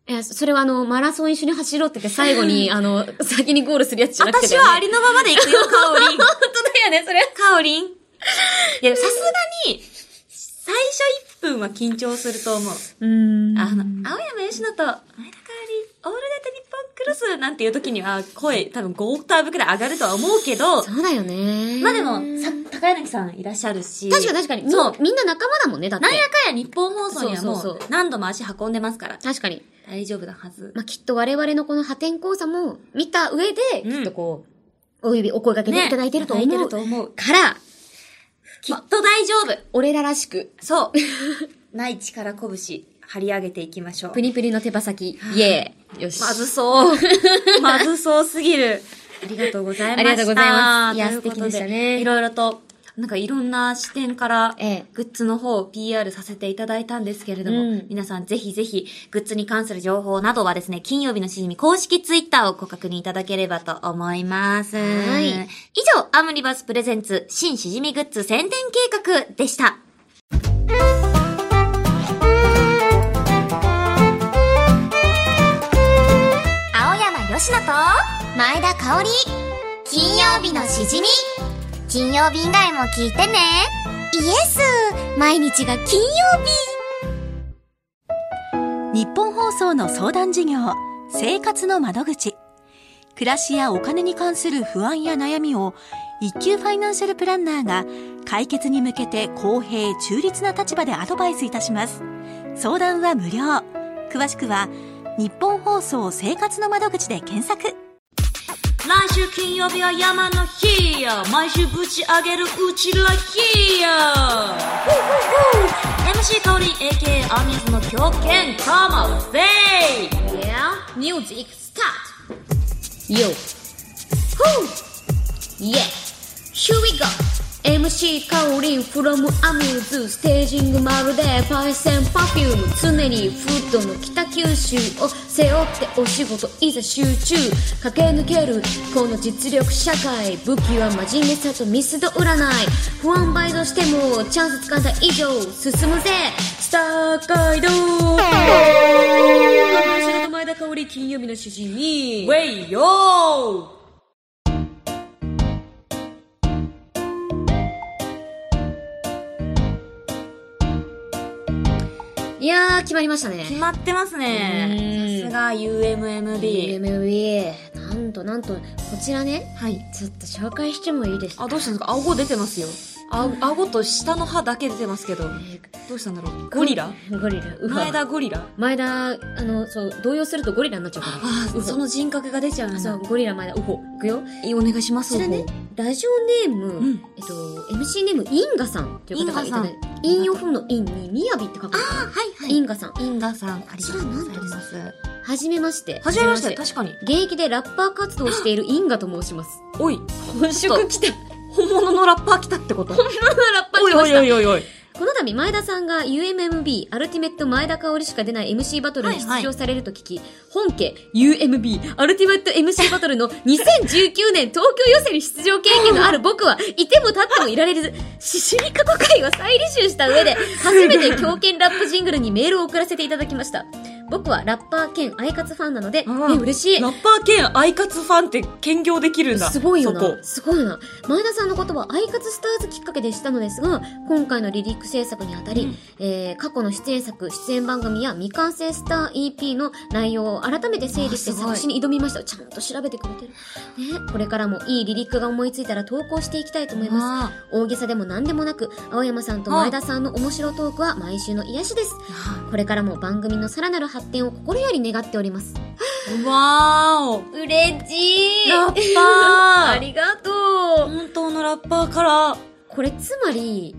Speaker 2: え、それはあの、マラソン一緒に走ろうって 言って最後に、あの、先にゴールするやつじゃなくて、
Speaker 1: 私はありのままでいくよ、カオ リン。
Speaker 2: 本当だよね、それ。
Speaker 1: カオリン。いや、さすがに、最初1分は緊張すると思う。
Speaker 2: うん
Speaker 1: あの、青山吉野と、前田香織、オールナイトニッポンクロスなんていう時には、声多分5オクターブくらい上がるとは思うけど、
Speaker 2: そうだよね。
Speaker 1: まあでも、さ、高柳さんいらっしゃるし、
Speaker 2: 確かに確かに。
Speaker 1: そ
Speaker 2: そう
Speaker 1: う。。
Speaker 2: みんな仲間だもんね、だって。
Speaker 1: なんやかんや日本放送にはも
Speaker 2: そうそう
Speaker 1: う
Speaker 2: そう、
Speaker 1: 何度も足運んでますから、
Speaker 2: 確かに。
Speaker 1: 大丈夫なはず。
Speaker 2: まあ、きっと我々のこの破天荒さも見た上で、
Speaker 1: うん
Speaker 2: きっとこう、お指、お声掛け
Speaker 1: ね
Speaker 2: ていただいてると思。
Speaker 1: いうただいてると思う。
Speaker 2: から、
Speaker 1: きっと大丈夫。
Speaker 2: 俺ららしく、
Speaker 1: そう。 ない力拳、張り上げていきましょう。
Speaker 2: プニプニの手羽先、イエーイ。よし。
Speaker 1: まず そう。まずそうすぎる。ありがとうございました。
Speaker 2: ありがとうございますいや
Speaker 1: とうこと
Speaker 2: 素敵でしたね
Speaker 1: いろいろと、なんかいろんな視点から、
Speaker 2: ええ
Speaker 1: グッズの方を PR させていただいたんですけれども、
Speaker 2: うん
Speaker 1: 皆さんぜひぜひ、グッズに関する情報などはですね、金曜日のしじみ公式ツイッターをご確認いただければと思います。
Speaker 2: はい
Speaker 1: 以上、アムリバスプレゼンツ、新しじみグッズ宣伝計画でした。
Speaker 3: 青山よしと前田香織金曜日のしじみ金曜日以外も聞いてねイエス毎日が金曜日
Speaker 4: 日本放送の相談事業生活の窓口暮らしやお金に関する不安や悩みを一級ファイナンシャルプランナーが解決に向けて公平中立な立場でアドバイスいたします相談は無料詳しくは日本放送生活の窓口で検索
Speaker 1: 来週金曜日は山の日よ毎週ぶち上げるうちら日よ MC 香り AKA アミューズの狂犬カマウェイ
Speaker 2: Yeah, music start! Yo! Who! Yeah! Here we go! MC カオリン from アミューズステージングまるでパイセンパフューム常にフットの北九州を背負ってお仕事いざ集中駆け抜けるこの実力社会武器は真面目さとミスド占い不安倍としてもチャンス掴んだ以上進むぜスター街道白玉枝香織金曜日のしじみ
Speaker 1: ウェイよー
Speaker 2: いやー決まりましたね
Speaker 1: 決まってますね。
Speaker 2: うん
Speaker 1: さすが UMMB。
Speaker 2: MMV なんとなんとこちらね
Speaker 1: はい。
Speaker 2: ちょっと紹介してもいいですか
Speaker 1: あ、どうしたんですか顎出てますよ。あ顎と下の歯だけ出てますけど。どうしたんだろうゴリラ
Speaker 2: ゴリラうわ
Speaker 1: 前田ゴリラ
Speaker 2: 前田あのそう動揺するとゴリラになっちゃうから
Speaker 1: あ
Speaker 2: うほ
Speaker 1: あ、その人格が出ちゃう
Speaker 2: あ
Speaker 1: ん
Speaker 2: そ
Speaker 1: だ
Speaker 2: う。ゴリラ前田うほいくよ
Speaker 1: いいお願いします。
Speaker 2: こちらね
Speaker 1: ここ
Speaker 2: ラジオネーム、
Speaker 1: うん
Speaker 2: えっと MC ネームインガさんという方がいただい
Speaker 1: イン
Speaker 2: て陰を踏むの陰にみやびって書くんですよ
Speaker 1: あはいはい。
Speaker 2: イ
Speaker 1: イ
Speaker 2: ンガさん
Speaker 1: ンダさん、ありがとうございます。
Speaker 2: はじめまして
Speaker 1: はじめまして、確かに。
Speaker 2: 現役でラッパー活動をしているインガと申します
Speaker 1: おい、
Speaker 2: 本職来た
Speaker 1: 本物のラッパー来たってこと
Speaker 2: ラッパー
Speaker 1: おい
Speaker 2: 来ま
Speaker 1: お
Speaker 2: し
Speaker 1: い
Speaker 2: た
Speaker 1: おいおいおい。
Speaker 2: この度前田さんが UMMB アルティメット前田香織しか出ない MC バトルに
Speaker 1: は
Speaker 2: 出
Speaker 1: いは
Speaker 2: 場
Speaker 1: い
Speaker 2: されると聞き、本家 UMB アルティメット MC バトルの2019年東京予選に出場経験のある 僕はいても立ってもいられず、シシリカ都会を再履修した上で初 めて狂犬ラップジングルにメールを送らせていただきました。僕はラッパー兼アイカツファンなので、
Speaker 1: うん
Speaker 2: え嬉しい
Speaker 1: ラ。ッパー兼アイカツファンって兼業できるんだ。
Speaker 2: すごいよ
Speaker 1: そこ
Speaker 2: な。。すごいな。前田さんのことはアイカツスターズきっかけでしたのですが、今回のリリック制作にあたり、
Speaker 1: うん
Speaker 2: えー過去の出演作、出演番組や未完成スター EP の内容を改めて整理して
Speaker 1: あすごい
Speaker 2: 作詞に挑みました。ちゃんと調べてくれてる。ね、これからもいいリリックが思いついたら投稿していきたいと思います。
Speaker 1: あ
Speaker 2: 大げさでも何でもなく、青山さんと前田さんの面白トークは毎週の癒しです。
Speaker 1: ー
Speaker 2: これからも番組のさらなる発展を心より願っております。
Speaker 1: うわー
Speaker 2: うれし
Speaker 1: お。
Speaker 2: い
Speaker 1: ラッ
Speaker 2: あ
Speaker 1: パー
Speaker 2: りがとう
Speaker 1: 本当のラッパーから、
Speaker 2: これつまり、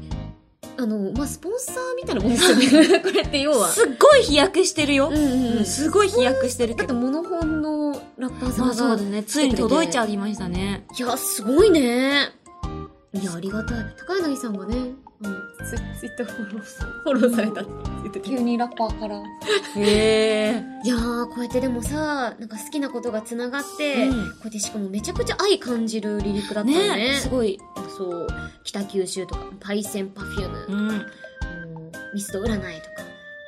Speaker 2: あの、まあ、スポンサーみたいなもんですよね。これって要は。
Speaker 1: すっごい飛躍してるよ
Speaker 2: うん。うんうん。
Speaker 1: すごい飛躍してるけ
Speaker 2: だって
Speaker 1: ど。
Speaker 2: モノホンのラッパーさん
Speaker 1: ま
Speaker 2: が。
Speaker 1: あそうだね。ついに届いちゃいましたね。
Speaker 2: いや、すごいね。いや、ありがたい。高柳さんがね、あの、ツイツイッターフォロー、フォローされたって言ってて。い
Speaker 1: にラッパーから。へえ。
Speaker 2: やー、こうやってでもさ、なんか好きなことが繋がって、
Speaker 1: うん
Speaker 2: こうやってしかもめちゃくちゃ愛感じるリリックだったよね。
Speaker 1: ねすごい。
Speaker 2: そう、北九州とか、パイセンパフューム、
Speaker 1: うん。
Speaker 2: うんミスト占いとか。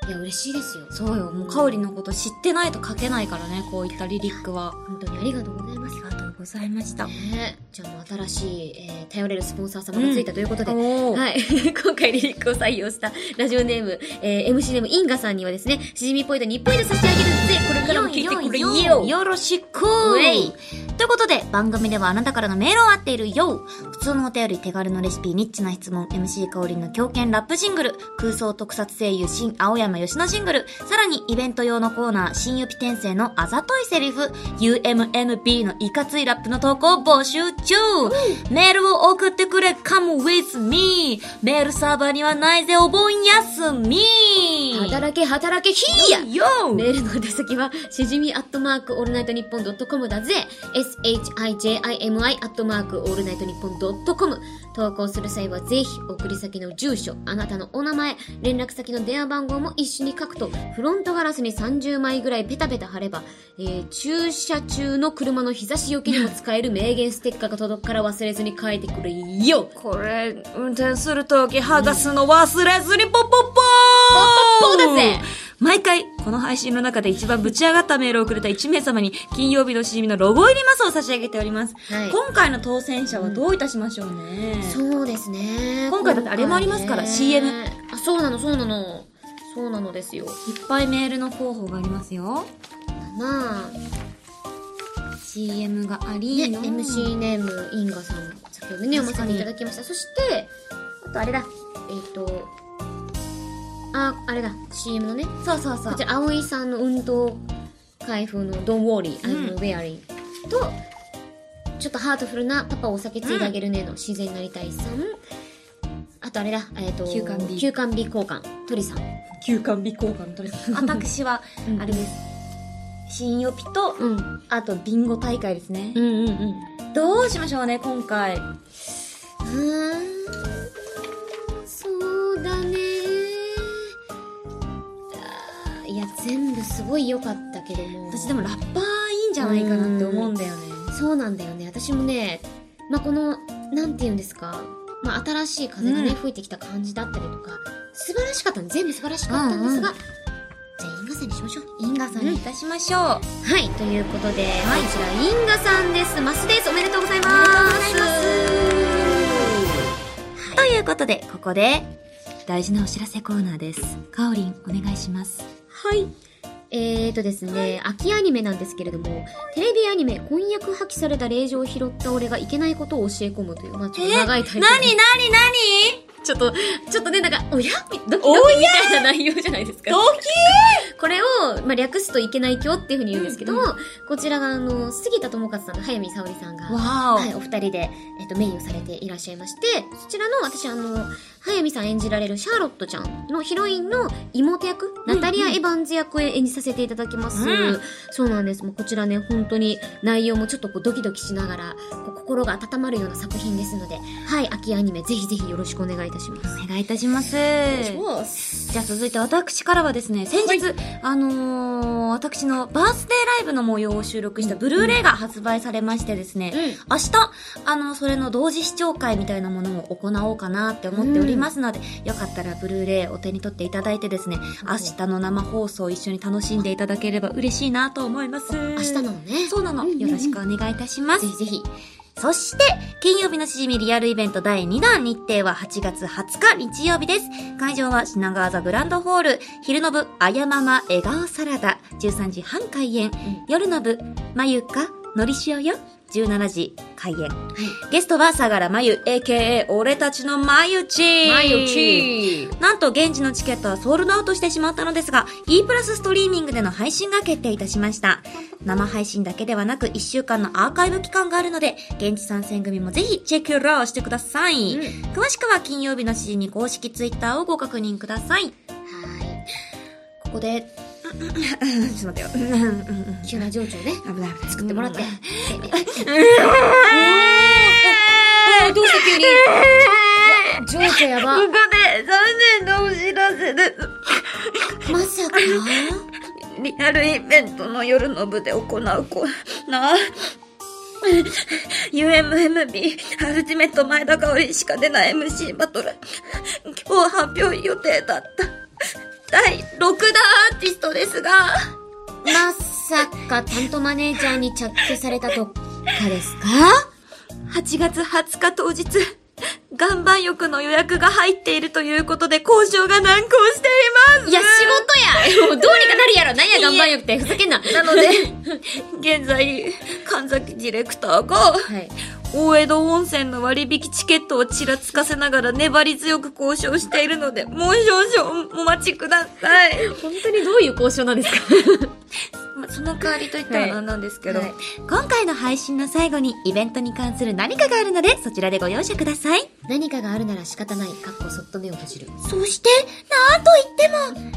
Speaker 2: いや、嬉しいですよ。
Speaker 1: そうよ。もう、香りのこと知ってないと書けないからね、こういったリリックは。
Speaker 2: 本当にありがとうございま
Speaker 1: あ
Speaker 2: す。
Speaker 1: りがとうございました。
Speaker 2: ね、じゃあもう新しい、えー頼れるスポンサー様がついたということで、
Speaker 1: おー
Speaker 2: はい、今回リリックを採用したラジオネーム、えー MC ネームインガさんにはですね、しじみポイント2ポイント差し上げるので、これからも聞いてくれよ
Speaker 1: よよろしく
Speaker 2: うえい
Speaker 5: ということで、番組ではあなたからのメールを待っているよ普通のお便り、手軽のレシピ、ニッチな質問、MC 香りの狂犬ラップジングル、空想特撮声優新青山吉野ジングル、さらにイベント用のコーナー、新ゆぴ転生のあざといセリフ、UMMB のいかついラップの投稿を募集中、メールを送ってくれ、come with me! メールサーバーにはないぜ、お盆休み
Speaker 2: 働け働けひーや
Speaker 1: よ
Speaker 2: メールの宛先は、しじみアットマークオールナイトニッポンドットコムだぜ。shijimi アットマークオールナイトニッポンドットコム。投稿する際はぜひ、送り先の住所、あなたのお名前、連絡先の電話番号も一緒に書くと、フロントガラスに30枚ぐらいペタペタ貼れば、えー駐車中の車の日差しよけにも使える名言ステッカーが届くから忘れずに書いてくれよ
Speaker 1: これ、運転するとき、剥がすの忘れずに、ポッポッポー
Speaker 2: ポッポッポーだぜ
Speaker 1: 毎回、この配信の中で一番ぶち上がったメールをくれた1名様に、金曜日のしじみのロゴ入りマスを差し上げております。
Speaker 2: はい
Speaker 1: 今回の当選者はどういたしましょうね。
Speaker 2: そうですね。
Speaker 1: 今回だってあれもありますから CM。
Speaker 2: あ、そうなの、そうなの。そうなのですよ。
Speaker 1: いっぱいメールの候補がありますよ。
Speaker 2: まあ、
Speaker 1: CM があ
Speaker 2: ね、
Speaker 1: りの。
Speaker 2: MC ネーム、インガさん、先ほどね、読ませていただきました。そして、あとあれだ、えっ、と、あ、あれだ、CM のね、
Speaker 1: そうそうそ
Speaker 2: こ
Speaker 1: う
Speaker 2: ち。ら、葵さんの運動開封のドンウォーリー、アイムウェアリーと、ちょっとハートフルなパパお酒ついであげるねの自然になりたいさん、あとあれだ、えっ、と、
Speaker 1: 休館日
Speaker 2: 休館日交換、鳥さん。
Speaker 1: 休館日交換とりあえず私は
Speaker 2: うん、
Speaker 1: あれです。新予備と、
Speaker 2: うん。
Speaker 1: あとビンゴ大会ですね。
Speaker 2: うんうんうん。
Speaker 1: どうしましょうね、今回。
Speaker 2: うーん。そうだねあーいや全部すごい良かったけれども
Speaker 1: 私でもラッパーいいんじゃないかなって思うんだよね。
Speaker 2: そうなんだよね私もねまあこのなんて言うんですか、まあ、新しい風がね、
Speaker 1: うん
Speaker 2: 吹いてきた感じだったりとか素晴らしかったの全部素晴らしかったんですが、じゃあインガさんにしましょう
Speaker 1: インガさんにいたしましょう。あ
Speaker 2: はいということで、こちらインガさんですマスですおめでとうございます
Speaker 1: ということで、ここで、大事なお知らせコーナーです。かおりん、お願いします。
Speaker 2: はい。えーとですね、秋アニメなんですけれども、テレビアニメ、婚約破棄された令状を拾った俺がいけないことを教え込むという、まあちょっと長いタイトル。
Speaker 1: 何
Speaker 2: ちょっと、ちょっとね、なんか、おやドキドキみたいな内容じゃないですか。
Speaker 1: ド
Speaker 2: これを、まあ、略すといけない教っていうふうに言うんですけども、こちらが、あの、杉田智和さんと早見沙織さんが、
Speaker 1: わ
Speaker 2: はい、お二人で、えっと、メインをされていらっしゃいまして、そちらの、私、あの、早見さん演じられるシャーロットちゃんのヒロインの妹役、ナタリア・エヴァンズ役を演じさせていただきます。
Speaker 1: うん
Speaker 2: そうなんです。もうこちらね、本当に内容もちょっとこうドキドキしながら、こう心が温まるような作品ですので、はい、秋アニメ、ぜひぜひよろしくお願いいたします。
Speaker 1: お願いいたします。
Speaker 2: ます。
Speaker 1: じゃあ続いて私からはですね、先日、あのー私のバースデーライブの模様を収録したブルーレイが発売されましてですね、
Speaker 2: うん。
Speaker 1: 明日、あの、それの同時視聴会みたいなものを行おうかなって思っておりますので、よかったらブルーレイお手に取っていただいてですね、明日の生放送を一緒に楽しんでいただければ嬉しいなと思います。明
Speaker 2: 明日なのね。
Speaker 1: そうなの。
Speaker 2: うんうんうん
Speaker 1: よろしくお願いいたします
Speaker 2: ぜ。ひぜひ。
Speaker 1: そして、金曜日のしじみリアルイベント第2弾日程は8月20日日曜日です。会場は品川ザグランドホール、昼の部、あやまま笑顔サラダ、13時半開演、夜の部、まゆか、のりしおよ、17時開演。ゲストは相良まゆ、AKA 俺たちのまゆち。
Speaker 2: マヨチー。
Speaker 1: なんと現地のチケットはソールドアウトしてしまったのですが、e プラスストリーミングでの配信が決定いたしました。生配信だけではなく1週間のアーカイブ期間があるので、現地参戦組もぜひチェックラーしてください。
Speaker 2: うん
Speaker 1: 詳しくは金曜日の指示に公式ツイッターをご確認ください。
Speaker 2: は
Speaker 1: ここ で、ちょっと待ってよ。うんうんうん
Speaker 2: い。急な情緒をね、
Speaker 1: 危ない危ない。
Speaker 2: 作ってもらって。
Speaker 1: えー
Speaker 2: どうして急に情緒やば
Speaker 1: こ。こで残念なお知らせです。
Speaker 2: まさか
Speaker 1: リアルイベントの夜の部で行うコーナー。UMMB、アルティメット前田香織しか出ない MC バトル。今日発表予定だった。第6弾アーティストですが、
Speaker 2: まさか担当マネージャーに着手されたとかですか
Speaker 1: 8月20日当日、岩盤浴の予約が入っているということで交渉が難航しています。
Speaker 2: いや、仕事やもうどうにかなるやろ何や頑張んよくて、ふざけんな
Speaker 1: なので、現在、神崎ディレクターが、
Speaker 2: はい。
Speaker 1: 大江戸温泉の割引チケットをちらつかせながら粘り強く交渉しているので、もう少々お待ちください。
Speaker 2: 本当にどういう交渉なんですか
Speaker 1: まあその代わりといったらなんなんですけど、
Speaker 2: はいはい
Speaker 1: 今回の配信の最後にイベントに関する何かがあるので、そちらでご容赦ください。
Speaker 2: 何かがあるなら仕方ない。かっこそっと目を閉じる。
Speaker 1: そして、なんと言っても、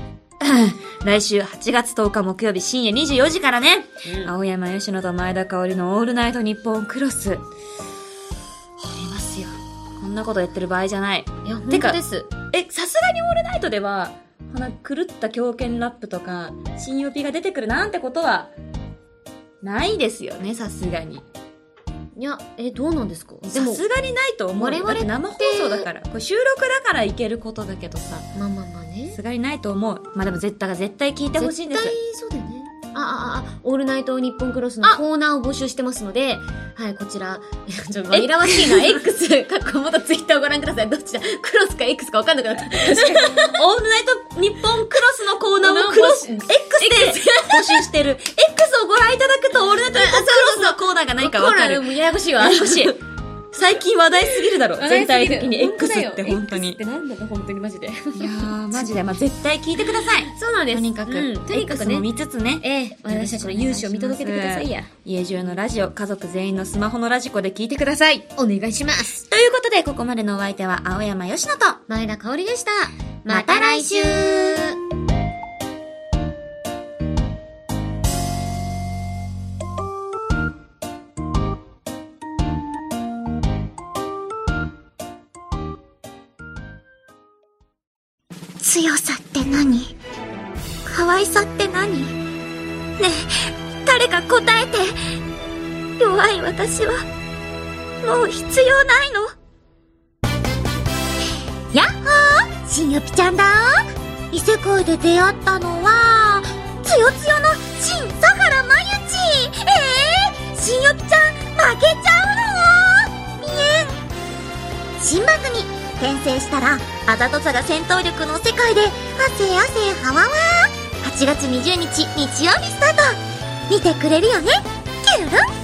Speaker 1: 来週8月10日木曜日深夜24時からね、青山吉野と前田香織のオールナイト日本クロス。ありますよ。こんなことやってる場合じゃない。
Speaker 2: いや、本
Speaker 1: てか
Speaker 2: 当です。
Speaker 1: え、さすがにオールナイトでは、この狂った狂犬ラップとか、新曜日が出てくるなんてことは、ないですよね、さすがに。
Speaker 2: いや、え、どうなんですかで
Speaker 1: さ
Speaker 2: も、
Speaker 1: すがにないと思う。
Speaker 2: 我々
Speaker 1: だって生放送だから。これ収録だからいけることだけどさ、
Speaker 2: まあまあまあ
Speaker 1: さ
Speaker 2: ね。
Speaker 1: すがにないと思う。まあでも絶対が絶対聞いてほしいんです。
Speaker 2: 絶対そうだよね。ああああ、オールナイト日本クロスのコーナーを募集してますので、はい、こちら、 いやちょ、紛らわしいな、X、かっこ元ツイッターをご覧ください。どっちだクロスか X かわかんなくなった。
Speaker 1: オールナイト日本クロスのコーナーをクロス、
Speaker 2: コー
Speaker 1: X で募集してる。X をご覧いただくと、オールナイト日本クロスのコーナーが何かわかる。
Speaker 2: もうややこしいわ。
Speaker 1: ややこ しい。最近話題すぎるだろ。
Speaker 2: 話題
Speaker 1: 全
Speaker 2: すぎ
Speaker 1: 体
Speaker 2: る
Speaker 1: 的に X って本当に。
Speaker 2: X ってなんだろう、本当にマジで。
Speaker 1: いやー、マジで、まあ、絶対聞いてください。
Speaker 2: そうなんです。
Speaker 1: とにかく、
Speaker 2: うんとにかく
Speaker 1: X も
Speaker 2: ね。
Speaker 1: 見つつね、
Speaker 2: ええ、私たちの勇姿を見届けてくださいや。
Speaker 1: 家中のラジオ、家族全員のスマホのラジコで聞いてください。
Speaker 2: お願いします。
Speaker 1: ということで、ここまでのお相手は、青山よしのと、
Speaker 2: 前田香織でした。
Speaker 1: また来週
Speaker 2: 強さって何可愛さって何ねえ、誰か答えて。弱い私は、もう必要ないの。やっほー新よぴちゃんだー異世界で出会ったのは、つよつよの新佐原まゆちええー、新よぴちゃん負けちゃうのみえん新番組転生したらあざとさが戦闘力の世界で汗汗はわわ8月20日日曜日スタート見てくれるよねキュルン